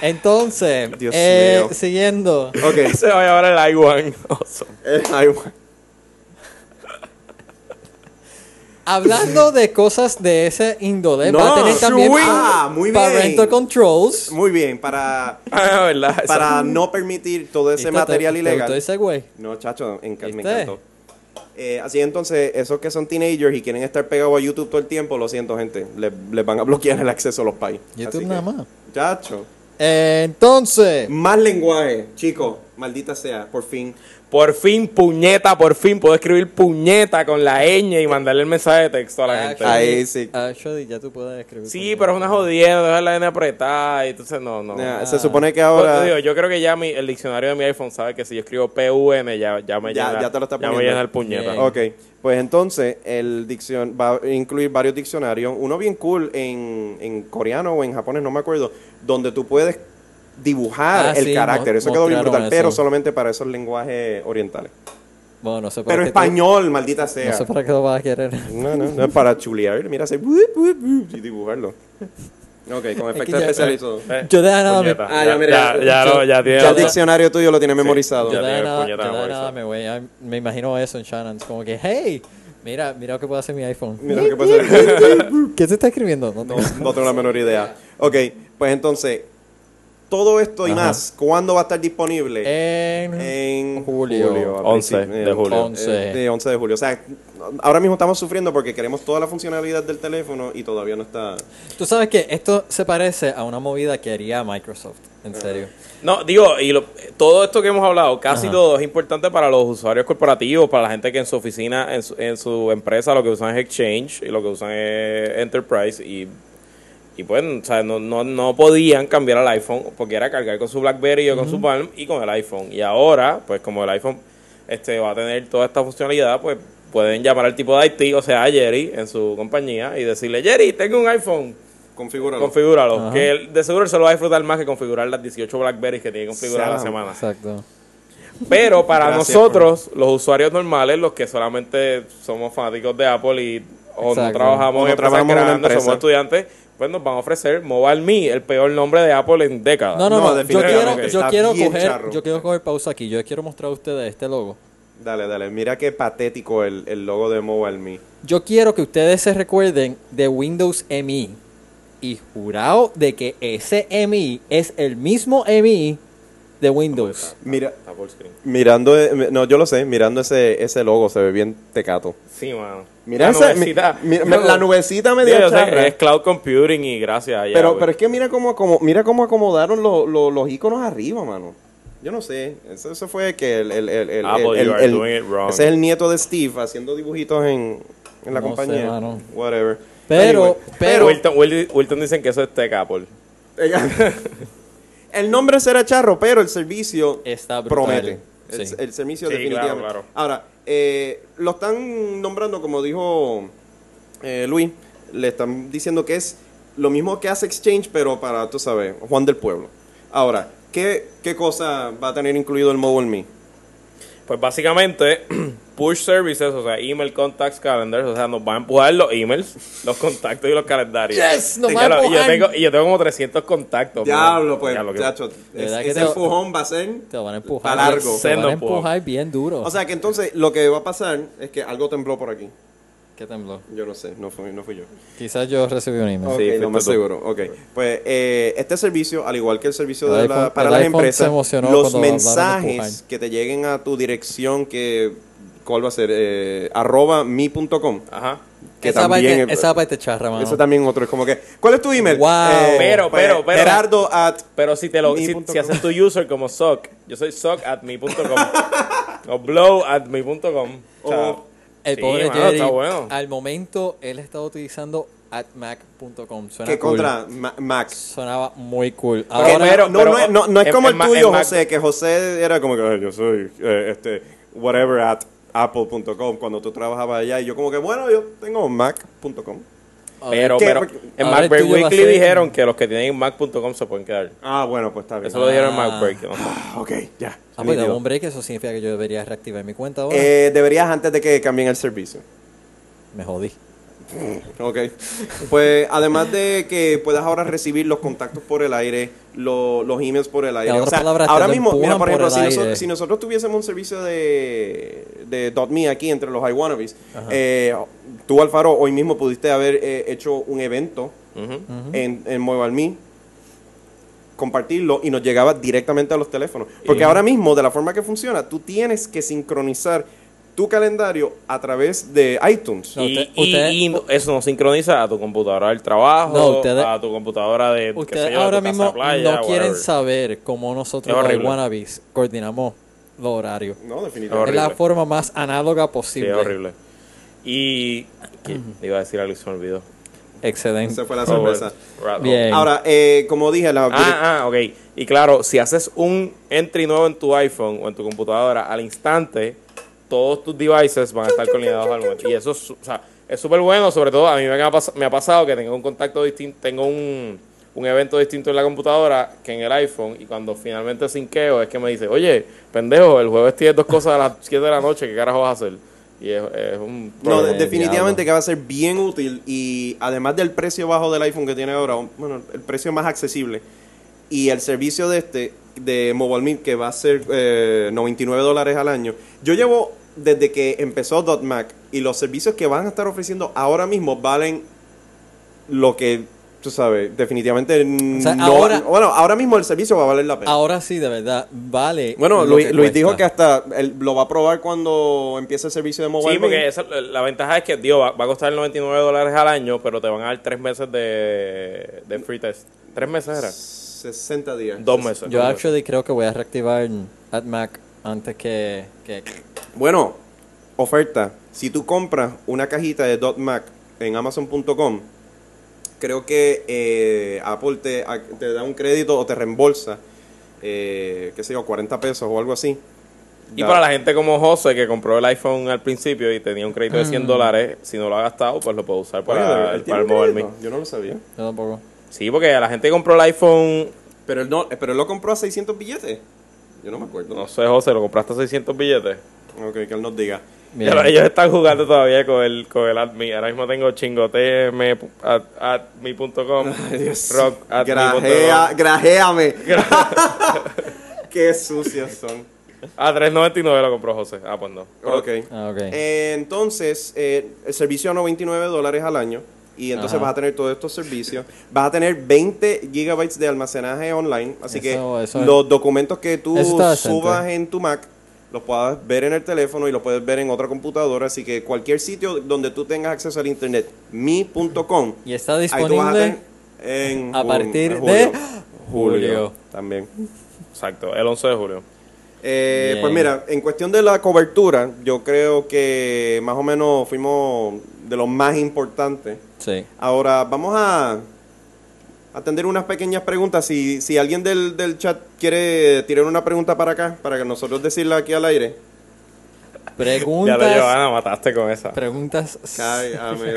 Entonces, Dios eh, mío. siguiendo. Ok. Se va a llevar el iWan. Oso. Eh, ay, bueno. Hablando de cosas de ese índole, No, va a tener también swing. Ah, muy bien. parental controls. Muy bien, para, Ah, verdad. esa- para no permitir todo ese ¿Viste? material ¿Te- te ilegal. gustó ese güey? No, chacho, enca- me ¿Viste? encantó. Eh, así entonces, esos que son teenagers y quieren estar pegados a YouTube todo el tiempo, lo siento, gente. Les, les van a bloquear el acceso a los países. YouTube Así nada que, más. Chacho. Entonces, Más lenguaje, chicos. Maldita sea, por fin. Por fin, puñeta, por fin. Puedo escribir puñeta con la ñ y mandarle el mensaje de texto a la Ah, gente. Ahí sí. Actually, Ah, ya tú puedes escribir. Sí, pero es una jodida, dejar la N apretada y entonces no, no. Nah, se supone que ahora. Pues, digo, yo creo que ya mi, el diccionario de mi iPhone sabe que si yo escribo PUN ya, ya me Ya- llena. ya te lo está ya me poniendo. llena el puñeta. Bien. Ok, pues entonces el diccion va a incluir varios diccionarios, uno bien cool en, en coreano o en japonés, no me acuerdo, donde tú puedes dibujar Ah, el sí, carácter. mo- Eso quedó bien mostraron brutal, pero eso. solamente para esos lenguajes orientales. Bueno, no sé para Pero qué tú- español, maldita sea. No sé para qué lo vas a querer. No, no, no es para chulear. Mira, hace wup, wup, wup y dibujarlo. Ok, con efectos ya- especiales y todo. Eh, Yo de la nada me- puñeta. Ah, ya, mira, ya, ya, yo- lo- ya tiene Ya el otra- diccionario tuyo lo tiene memorizado. Yo Ya de tiene nada, yo puñetada de por nada eso. me voy. a- Me imagino eso en Shannon. Como que, hey, mira, mira lo que puede hacer mi iPhone. Mira lo que pasa. ¿Qué se está escribiendo? No No, tengo- no tengo la menor idea. Ok, pues entonces, todo esto y Ajá. más, ¿cuándo va a estar disponible? En- en julio. a 11 principio- de eh, julio. 11. eh, de 11 de julio. O sea, ahora mismo estamos sufriendo porque queremos toda la funcionalidad del teléfono y todavía no está. Tú sabes que esto se parece a una movida que haría Microsoft. En serio. No, digo, y lo- todo esto que hemos hablado, casi todo es importante para los usuarios corporativos, para la gente que en su oficina, en su, en su empresa, lo que usan es Exchange y lo que usan es Enterprise. Y, y pues, o sea, no, no, no podían cambiar al iPhone porque era cargar con su BlackBerry o con su Palm y con el iPhone. Y ahora, pues como el iPhone este va a tener toda esta funcionalidad, pues pueden llamar al tipo de IT, o sea, a Jerry en su compañía y decirle, Jerry, tengo un iPhone. Configúralo. Configúralo. Ajá. Que él- de seguro él se lo va a disfrutar más que configurar las 18 Blackberries que tiene configurada la Sam. semana. Exacto. Pero para Gracias, nosotros, los usuarios normales, los que solamente somos fanáticos de Apple y o no Exacto. trabajamos O no en empresas trabajamos en una grandes, empresa. somos estudiantes, pues nos van a ofrecer Mobile Me, el peor nombre de Apple en décadas. No, no, No, no. Yo definitivamente quiero, está yo quiero bien coger, charro. yo quiero coger pausa aquí. Yo quiero mostrar a ustedes este logo. Dale, dale. Mira qué patético el, el logo de Mobile Me. Yo quiero que ustedes se recuerden de Windows ME y jurado de que ese ME es el mismo ME de Windows. Mira, Está full screen. mirando, eh, no, yo lo sé, mirando ese, ese logo se ve bien tecato. Sí, mano. Mira La esa- nubecita. mi- mi- la nubecita media Sí, yo sé charra. que es cloud computing y gracias. ya, Pero, güey. pero es que mira cómo, acomo- mira cómo acomodaron lo- lo- los iconos arriba, mano. Yo no sé. Eso, eso fue que el. el, el, el- Apple, el- Ah, el- you are el- doing it wrong. Ese es el nieto de Steve haciendo dibujitos en, en la No sé, compañía. mano. Whatever. Pero- Anyway, pero- Wilton, Wil- Wilton dicen que eso es Tech Apple. el nombre será charro, pero el servicio Está brutal. promete. Sí. El, el servicio Sí, definitivamente. claro, claro. Ahora, eh, lo están nombrando, como dijo eh, Luis, le están diciendo que es lo mismo que hace Exchange, pero para, tú sabes, Juan del Pueblo. Ahora, ¿qué, qué cosa va a tener incluido el Mobile Me? Pues básicamente, push services, o sea, email, contacts, calendars, o sea, nos va a empujar los emails, los contactos y los calendarios. Yes, nos Sí, va a claro, y yo empujar. tengo, y yo tengo como 300 contactos. man. Diablo, pues, Diablo, que- chacho, es- ¿Verdad que ese te- empujón va a ser Te van a pa' empujar. largo. Te van a Sendo, po. empujar bien duro. O sea, que entonces lo que va a pasar es que algo tembló por aquí. ¿Qué tembló? Yo no sé, no fui, no fui yo. Quizás yo recibí un email. Ok, fuiste lo más tú. seguro. Ok. Pues eh, este servicio, al igual que el servicio El de la- iPhone- para el las iPhone se empresas, emocionó los cuando hablaron de mensajes empujar. que te lleguen a tu dirección, que ¿cuál va a ser? Eh, arroba mi.com. Ajá. Que esa, también, parte, esa parte charra, mano. Eso también otro. Es como que, ¿cuál es tu email? Wow. Pero, pues, pero, pero. Gerardo at... Pero si te lo Mi si, punto si com. haces tu user como sock, yo soy sock at mi punto com o blow at mi punto com. O sea, O- El sí, pobre mano, Jerry, está bueno. al momento, él estaba utilizando atmac.com. Suena que cool. contra Ma- Max. Sonaba muy cool. Porque Ahora, pero- no, no, es- no, no es en- como en el Ma- tuyo, en Mac- José, que José era como que "Ay, yo soy eh, este whatever at apple.com cuando tú trabajabas allá y yo como que bueno, yo tengo mac.com. Pero, Ah, ¿Qué? pero Porque- en Ahora el MacBreak tuyo va a Weekly ser- dijeron que los que tienen Mac.com se pueden quedar. Ah, bueno, pues está bien. Eso lo dijeron en Ah. MacBreak. ¿no? Ah, ok, ya. ah, pues, dame nítido. un break, eso significa que yo debería reactivar mi cuenta ahora. Eh, deberías antes de que cambien el servicio. Me jodí. Ok. Pues además de que puedas ahora recibir los contactos por el aire, lo- los emails por el aire. En O otras sea, palabras, te ahora lo mismo, mira, empujan por ejemplo, por si, el noso- aire. si nosotros tuviésemos un servicio de, de .me aquí entre los iWannabes, eh, tú, Alfaro, hoy mismo pudiste haber eh, hecho un evento en, en Mobile Me, compartirlo y nos llegaba directamente a los teléfonos. Porque ahora mismo, de la forma que funciona, tú tienes que sincronizar tu calendario a través de iTunes. No, y, usted- y- usted- y no- eso no sincroniza a tu computadora del trabajo, No, ustedes- a tu computadora de qué sé Ustedes yo, de ahora tu mismo casa playa, no quieren whatever. saber cómo Es nosotros, horrible. los wannabes, coordinamos los horarios. No, Ahora- definitivamente. Es horrible. la forma más análoga Sí, posible. es horrible. Y ¿qué? iba a decir algo y se me olvidó. Excelente. Esa fue la sorpresa. Oh, well. Bien. Ahora, eh, como dije, la... Ah, ah, ok. Y claro, si haces un entry nuevo en tu iPhone o en tu computadora, al instante, todos tus devices van a estar conectados al momento. Y eso es, su- o sea, es súper bueno, sobre todo a mí me ha, pas- me ha pasado que tengo un contacto distinto, tengo un, un evento distinto en la computadora que en el iPhone, y cuando finalmente sinqueo es que me dice, oye, pendejo, el jueves tienes dos cosas a las 7 de la noche, ¿qué carajo vas a hacer? Y es, es un... no, de- eh, definitivamente diablo. que va a ser bien útil y además del precio bajo del iPhone que tiene ahora, un- bueno, el precio más accesible y el servicio de este, de MobileMe, que va a ser eh, 99 dólares al año. Yo llevo, desde que empezó .Mac y los servicios que van a estar ofreciendo ahora mismo valen lo que, tú sabes, definitivamente sea, no... ahora- bueno, ahora mismo el servicio va a valer la pena. Ahora sí, de verdad, vale. Bueno, lo Luis, que Luis dijo cuesta. que hasta él lo va a probar cuando empiece el servicio de mobile. Sí, porque Me. esa- la ventaja es que, tío, va, va a costar 99 dólares al año, pero te van a dar tres meses de, de free test. ¿Tres meses era? 60 días. Dos meses. Yo dos meses. actually creo que voy a reactivar AdMac antes que, que- Bueno, oferta. Si tú compras una cajita de Dot Mac en Amazon.com, creo que eh, Apple te, a- te da un crédito o te reembolsa, eh, qué sé yo, 40 pesos o algo así. Y para la gente como José, que compró el iPhone al principio y tenía un crédito de Mm. 100 dólares, si no lo ha gastado, pues lo puede usar para, Oye, ¿él para tiene el un Mobile crédito? Me. Yo no lo sabía. Yo tampoco. Sí, porque la gente que compró el iPhone, Pero él, no, pero él lo compró a 600 billetes. Yo no me acuerdo. no sé, José, lo compraste a 600 billetes. Ok, que él nos diga. Bien. Ya lo- ellos están jugando todavía con el, con el AdMe. Ahora mismo tengo chingoteme at, atme.com, rock at Grajea, me punto com. grajéame. Qué sucios son. A 3.99 lo compró José. Ah, pues no. Ok. Ah, ok. Eh, entonces, eh, el servicio a 99 dólares al año. Y entonces Ajá. vas a tener todos estos servicios. Vas a tener 20 gigabytes de almacenaje online. Así Eso- que eso es- los documentos que tú Eso está decente. subas en tu Mac los puedas ver en el teléfono y los puedes ver en otra computadora. Así que cualquier sitio donde tú tengas acceso al internet, mi.com. Y está ahí tú vas a disponible tener en a ju- partir en de julio. Julio. julio. También. Exacto, el 11 de julio. Eh, Bien. pues mira, en cuestión de la cobertura, yo creo que más o menos fuimos de los más importantes. Sí. Ahora vamos a atender unas pequeñas preguntas. Si, si alguien del, del chat quiere tirar una pregunta para acá, para que nosotros decirla aquí al aire. Ya lo Preguntas. Giovanna mataste con esa. Preguntas. Ay, amén.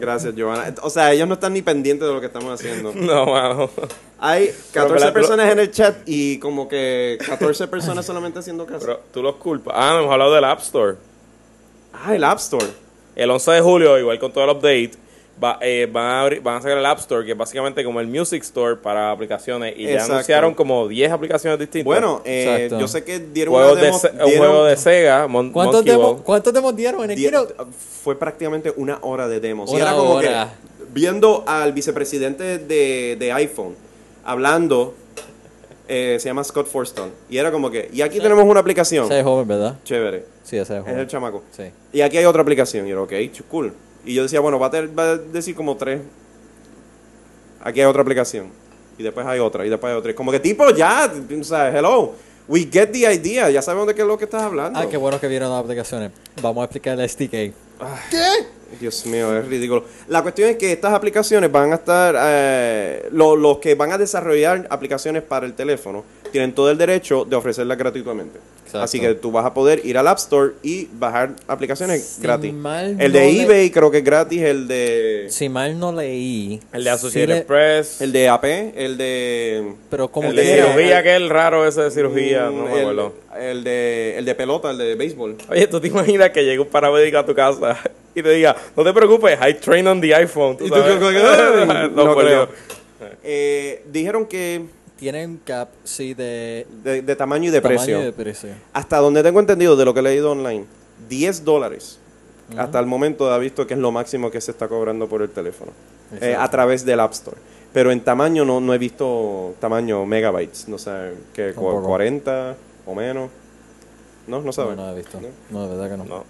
Gracias, Giovanna. O sea, ellos no están ni pendientes de lo que estamos haciendo. No, mano. Hay Pero 14 espera, personas en el chat y como que 14 personas solamente haciendo caso. Pero tú los culpas. Ah, no, hemos hablado del App Store. Ah, el App Store. El 11 de julio, igual con todo el update, va- eh, van, a abrir- van a sacar el App Store, que es básicamente como el Music Store para aplicaciones. Y Exacto. ya anunciaron como 10 aplicaciones distintas. Bueno, eh, Exacto. yo sé que dieron juegos una pues, de, demo- Se- un dieron- juego de Sega, Mon ¿Cuántos Monkey demos Ball. cuántos demos dieron en el die- Kiro? fue prácticamente una hora de demos. Y Una era como hora. que viendo al vicepresidente de, de iPhone hablando, eh, se llama Scott Forston. Y era como que, y aquí tenemos una aplicación. Ese es joven, ¿verdad? Chévere. Sí, ese es Es joven. el chamaco. Sí. Y aquí hay otra aplicación. Y yo, ok, ch- cool. Y yo decía, bueno, va a, ter- va a decir como tres. Aquí hay otra aplicación. Y después hay otra. Y después hay otra. Y Como que tipo, ya, o sea, hello. We get the idea. Ya sabemos de qué es lo que estás hablando. Ah, qué bueno que vieron las aplicaciones. Vamos a explicar el SDK. Dios mío, es ridículo. La cuestión es que estas aplicaciones van a estar, eh, lo- los que van a desarrollar aplicaciones para el teléfono tienen todo el derecho de ofrecerlas gratuitamente. Exacto. Así que tú vas a poder ir al App Store y bajar aplicaciones Si gratis. mal el no de le- eBay creo que es gratis, el de Si mal no leí. El de Associated sí le- Press. el de AP, el de Pero como El de Mira, cirugía, el- que es el raro ese de cirugía, no Mm, me el- acuerdo. el de el de pelota, el de béisbol. Oye, ¿tú te imaginas que llegue un paramédico a tu casa y te diga, no te preocupes, I train on the iPhone? ¿tú Y tú sabes? como que, "Ay, no, no por creo". Dios. Eh, dijeron que Tiene un cap, sí, de de, de tamaño y de tamaño precio. y de precio. Hasta donde tengo entendido de lo que he leído online, 10 dólares. Hasta el momento ha visto que es lo máximo que se está cobrando por el teléfono. eh, a través del App Store. Pero en tamaño no, no he visto tamaño megabytes. No sé, que Tampoco. 40 o menos. No, no No, saben. no he visto. No, de verdad que no. No.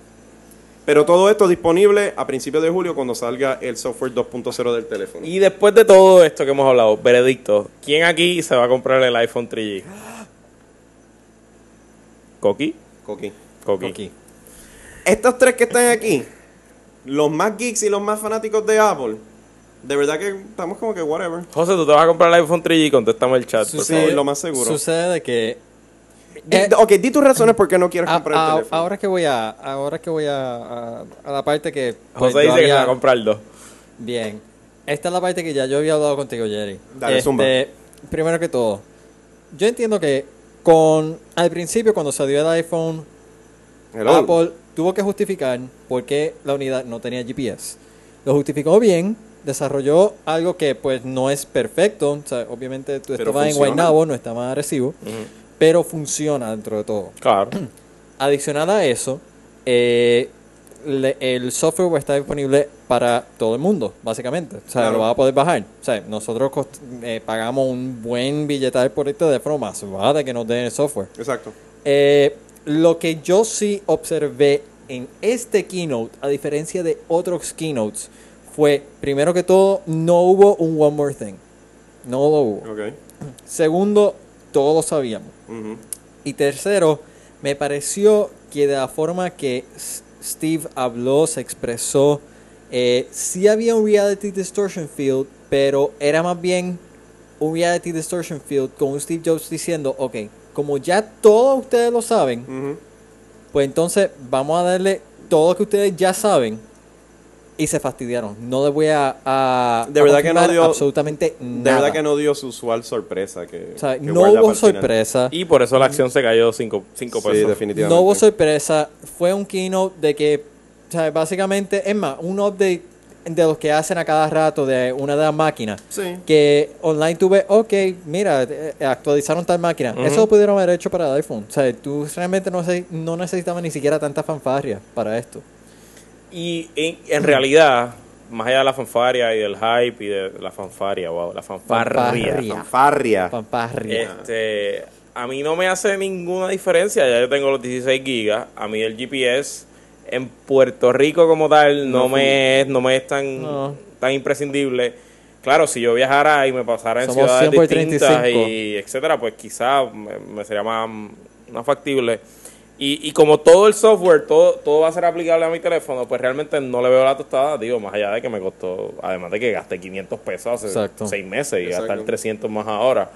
Pero todo esto disponible a principios de julio cuando salga el software 2.0 del teléfono. Y después de todo esto que hemos hablado, veredicto, ¿quién aquí se va a comprar el iPhone 3G? ¿Coqui? Coqui. Coqui. Aquí. Estos tres que están aquí, los más geeks y los más fanáticos de Apple, de verdad que estamos como que whatever. José, ¿tú te vas a comprar el iPhone 3G? Contéstame el chat, por Sí, favor. lo más seguro. Sucede de que Di- Eh, ok, di tus razones por qué no quieres a- comprar a- el teléfono. ahora que voy a ahora que voy a, a, a la parte que pues, José yo dice que se había- va a comprar dos. Bien. Esta es la parte que ya yo había hablado contigo, Jerry. Este, Dale, zumba. Primero que todo, yo entiendo que con al principio cuando salió el iPhone, Hello. Apple tuvo que justificar por qué la unidad no tenía GPS. Lo justificó bien, desarrolló algo que pues no es perfecto, o sea, obviamente tú Pero estabas en funciona. Guaynabo, no estaba en Arecibo, pero funciona dentro de todo. Claro. Adicional a eso, eh, le- el software va a estar disponible para todo el mundo, básicamente. O sea, Claro. lo vas a poder bajar. O sea, nosotros cost- eh, pagamos un buen billetal por el teléfono más ¿verdad? de que nos den el software. Exacto. Eh, lo que yo sí observé en este keynote, a diferencia de otros keynotes, fue, primero que todo, no hubo un One More Thing. No lo hubo. Ok. Segundo, todos lo sabíamos. Ujú. Y tercero, me pareció que de la forma que S- Steve habló, se expresó, eh, sí había un reality distortion field, pero era más bien un reality distortion field con un Steve Jobs diciendo, ok, como ya todos ustedes lo saben, Ujú. pues entonces vamos a darle todo lo que ustedes ya saben. Y se fastidiaron. No les voy a... a- De a verdad que no confirmar dio- Absolutamente De nada. verdad que no dio su usual sorpresa. Que, O sea, que no guarda para hubo el final. sorpresa. Y por eso la acción se cayó 5 cinco, Sí, pesos. definitivamente. No hubo sorpresa. Fue un keynote de que, o sea, básicamente, es más, un update de los que hacen a cada rato de una de las máquinas. Sí. Que online tú ves, ok, mira, eh, actualizaron tal máquina. Eso lo pudieron haber hecho para el iPhone. O sea, tú realmente no, se- no necesitabas ni siquiera tanta fanfarria para esto. Y en, en realidad, más allá de la fanfaria y del hype y de la fanfaria, wow, la fanfarria. Fanfarria. Fanfarria. Eh, Fanfarria. Este, a mí no me hace ninguna diferencia. Ya yo tengo los 16 gigas. A mí el GPS en Puerto Rico como tal no, me es, no me es tan, No. tan imprescindible. Claro, si yo viajara y me pasara en Somos ciudades 100 por distintas 35. y etcétera, pues quizá me, me sería más no es factible. Y, y como todo el software, todo, todo va a ser aplicable a mi teléfono, pues realmente no le veo la tostada, digo, más allá de que me costó, además de que gasté 500 pesos hace Exacto. seis meses y Exacto. gastar 300 más ahora.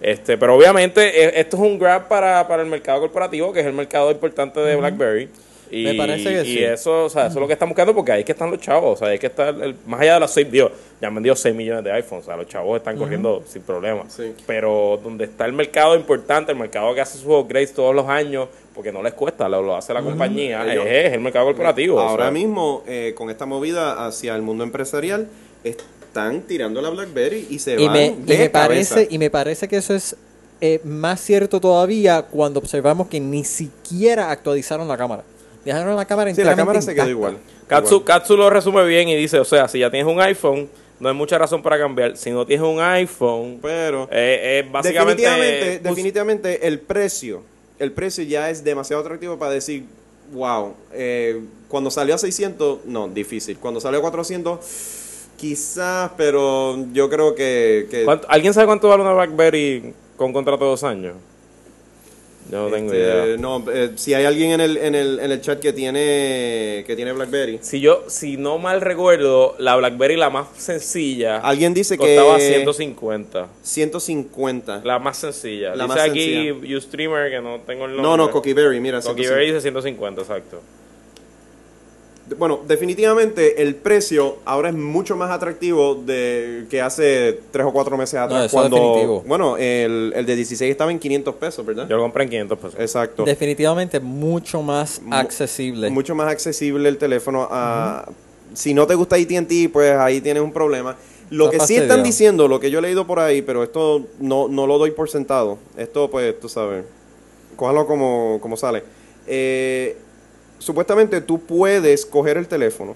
Este, pero obviamente eh, esto es un grab para, para el mercado corporativo, que es el mercado importante de BlackBerry. Y, Me parece que y sí. eso, o sea, eso es lo que están buscando porque ahí es que están los chavos. O sea, ahí es que está el- el- más allá de las 6, Dios, ya han vendido 6 millones de iPhones. O sea, los chavos están corriendo sin problema. Sí. Pero donde está el mercado importante, el mercado que hace sus upgrades todos los años, porque no les cuesta, lo, lo hace la compañía, Ellos- es, es el mercado corporativo. o Ahora sea. mismo, eh, con esta movida hacia el mundo empresarial, están tirando la BlackBerry y se y van me, y de cabeza. me parece y me parece que eso es eh, más cierto todavía cuando observamos que ni siquiera actualizaron la cámara dejaron la cámara Sí, la enteramente cámara se quedó intacta. igual. Katsu, Igual. Katsu lo resume bien y dice, o sea, si ya tienes un iPhone, no hay mucha razón para cambiar. Si no tienes un iPhone, Pero... eh, eh, básicamente... definitivamente, pues, definitivamente el precio, el precio ya es demasiado atractivo para decir, wow, eh, cuando salió a 600, no, difícil. Cuando salió a 400, quizás, pero yo creo que... que ¿cuánto- ¿Alguien sabe cuánto vale una BlackBerry con contrato de dos años? Yo no tengo este, idea. no, eh, si hay alguien en el, en el, en el chat que tiene, que tiene BlackBerry, Si yo, si no mal recuerdo, la BlackBerry la más sencilla alguien dice que... costaba 150. 150. La más sencilla. La dice más aquí sencilla. YouStreamer que no tengo el nombre. no, no, Coquiberry, mira. Coquiberry dice 150, exacto. De- Bueno, definitivamente el precio ahora es mucho más atractivo de que hace tres o cuatro meses atrás. eso cuando, definitivo. Bueno, el, el de 16 estaba en 500 pesos, ¿verdad? Yo lo compré en 500 pesos. Exacto. definitivamente mucho más Mu- accesible Mucho más accesible el teléfono. A, Si no te gusta ATT, pues ahí tienes un problema. Lo Está que sí están fastidiado. diciendo, lo que yo he leído por ahí, pero esto no, no lo doy por sentado. Esto, pues, tú sabes, cójalo como, como sale. Eh, supuestamente tú puedes coger el teléfono,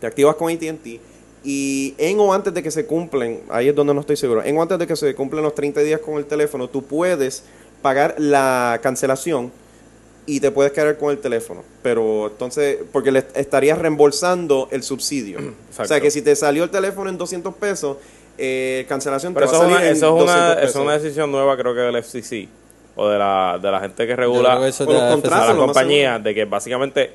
te activas con ATT y en o antes de que se cumplen, ahí es donde no estoy seguro, en o antes de que se cumplen los 30 días con el teléfono, tú puedes pagar la cancelación y te puedes quedar con el teléfono. Pero entonces, porque le estarías reembolsando el subsidio. o sea que si te salió el teléfono en 200 pesos, eh, cancelación Pero te va eso es, a una, eso salir en es una- 200 eso es pesos. una decisión nueva, creo que del FCC o de la, de la gente que regula Yo creo que eso con los te da contratos, a acceso- las lo más compañías, de que básicamente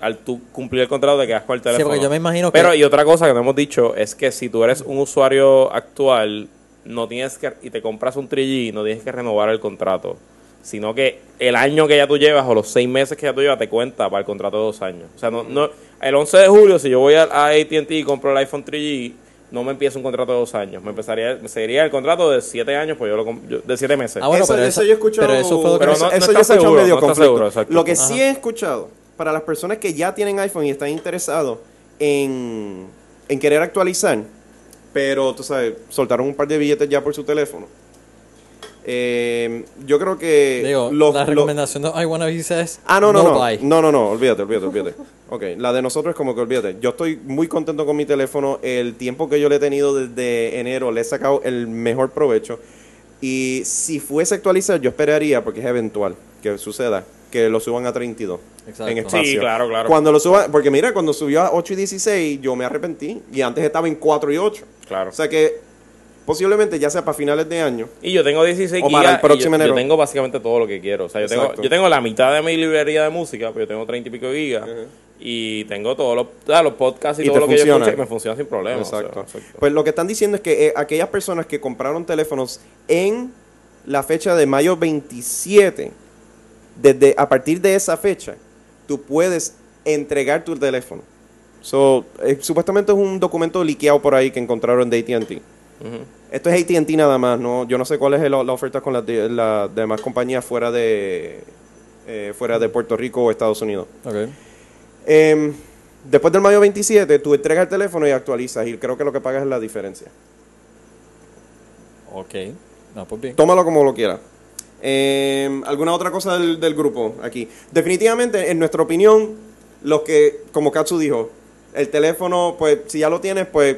al tú cumplir el contrato te quedas con el porque teléfono. yo me imagino que- Pero y otra cosa que no hemos dicho es que si tú eres un usuario actual no tienes que y te compras un 3G no tienes que renovar el contrato, sino que el año que ya tú llevas o los seis meses que ya tú llevas te cuenta para el contrato de dos años. O sea, no, no- el 11 de julio si yo voy a, a AT&T y compro el iPhone 3G no me empieza un contrato de dos años, me empezaría me seguiría el contrato de siete años, pues yo lo comp- yo- de siete meses. Ah, bueno, eso, pero eso eso- yo he escuchado. pero eso fue lo que- Pero eso- no- no eso está yo he escuchado seguro, no medio está conflicto. seguro, exacto. Lo que Ajá. sí he escuchado, para las personas que ya tienen iPhone y están interesados en, en querer actualizar, pero tú sabes, soltaron un par de billetes ya por su teléfono. Eh, yo creo que digo los- la los- recomendación de I wanna visa es Ah, no, no, no. buy. No, no, no, olvídate, olvídate, olvídate. Ok, la de nosotros es como que olvídate. Yo estoy muy contento con mi teléfono. El tiempo que yo le he tenido desde enero le he sacado el mejor provecho. Y si fuese a actualizar, yo esperaría, porque es eventual que suceda, que lo suban a 32 Exacto. en espacio. Sí, claro, claro. Cuando lo suban, porque mira, cuando subió a 8 y 16, yo me arrepentí. Y antes estaba en 4 y 8. Claro. O sea que posiblemente ya sea para finales de año. Y yo tengo 16 O para gigas el próximo y yo, yo enero. tengo básicamente todo lo que quiero. O sea, yo tengo, Exacto. yo tengo la mitad de mi librería de música, pero yo tengo 30 y pico gigas. Y tengo todos los, ah, los podcasts y, Y todo te lo que yo funciona. escucho y me funciona sin problema. o sea, Exacto. exacto. Pues lo que están diciendo es que eh, aquellas personas que compraron teléfonos en la fecha de mayo 27, desde a partir de esa fecha, tú puedes entregar tu teléfono. So, eh, supuestamente es un documento liqueado por ahí que encontraron de ATT. Esto es ATT nada más, ¿no? Yo no sé cuál es el- la oferta con las de- las demás compañías fuera de, eh, fuera de Puerto Rico o Estados Unidos. Ok. Em, después del mayo 27, tú entregas el teléfono y actualizas. Y creo que lo que pagas es la diferencia. Ok. no pues bien Tómalo como lo quieras. Em, ¿Alguna otra cosa del, del grupo aquí? Definitivamente, en nuestra opinión, los que, como Katsu dijo, el teléfono, pues si ya lo tienes, pues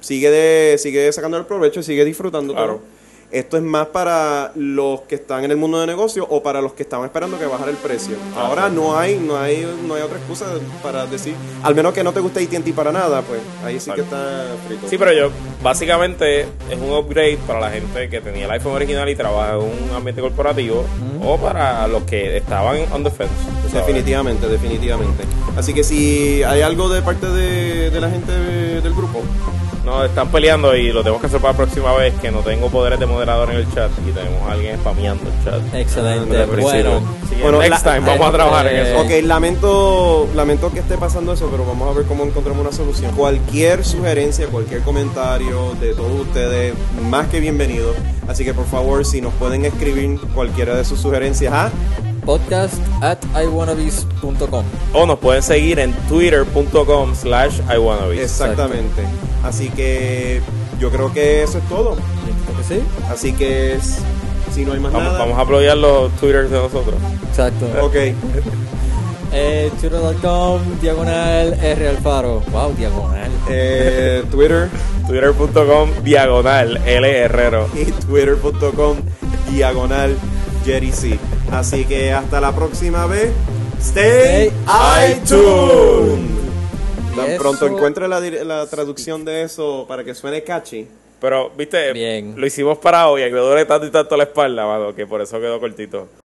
sigue, de, sigue sacando el provecho y sigue disfrutándolo. Claro. Esto es más para los que están en el mundo de negocio o para los que estaban esperando que bajara el precio. Ah, Ahora no hay, no hay, no hay otra excusa para decir, al menos que no te guste AT&T para nada, pues ahí sí que está frito. Sí, pero yo, básicamente es un upgrade para la gente que tenía el iPhone original y trabaja en un ambiente corporativo o para los que estaban on the fence. tú sabes. Definitivamente, definitivamente. Así que si hay algo de parte de, de la gente de- del grupo, No, están peleando y lo tenemos que hacer para la próxima vez que no tengo poderes de moderador en el chat y tenemos a alguien spameando el chat. Excelente. al principio. bueno, Así que Bueno, next la- time vamos a trabajar en eso. Ok, lamento, lamento que esté pasando eso, pero vamos a ver cómo encontramos una solución. Cualquier sugerencia, cualquier comentario de todos ustedes, más que bienvenido. Así que por favor, si nos pueden escribir cualquiera de sus sugerencias ¿ah? a podcast at iwannabes.com. O nos pueden seguir en twitter.com slash iwannabes. exactamente. Así que yo creo que eso es todo. Creo que Sí, Así que s- si no hay más Vamos, nada, vamos a aplaudir los twitters de nosotros. exacto. Ok. Eh, Twitter.com, diagonal R Alfaro. Wow, diagonal. Eh, Twitter Twitter.com diagonal L Herrero. y twitter.com diagonal Jerry C. Así que hasta la próxima vez. Stay, Stay iTunes. Y Tan eso- pronto encuentre la, dir- la traducción de eso para que suene catchy. Pero, viste, Bien. lo hicimos para hoy, que duele tanto y tanto la espalda, mano, que por eso quedó cortito.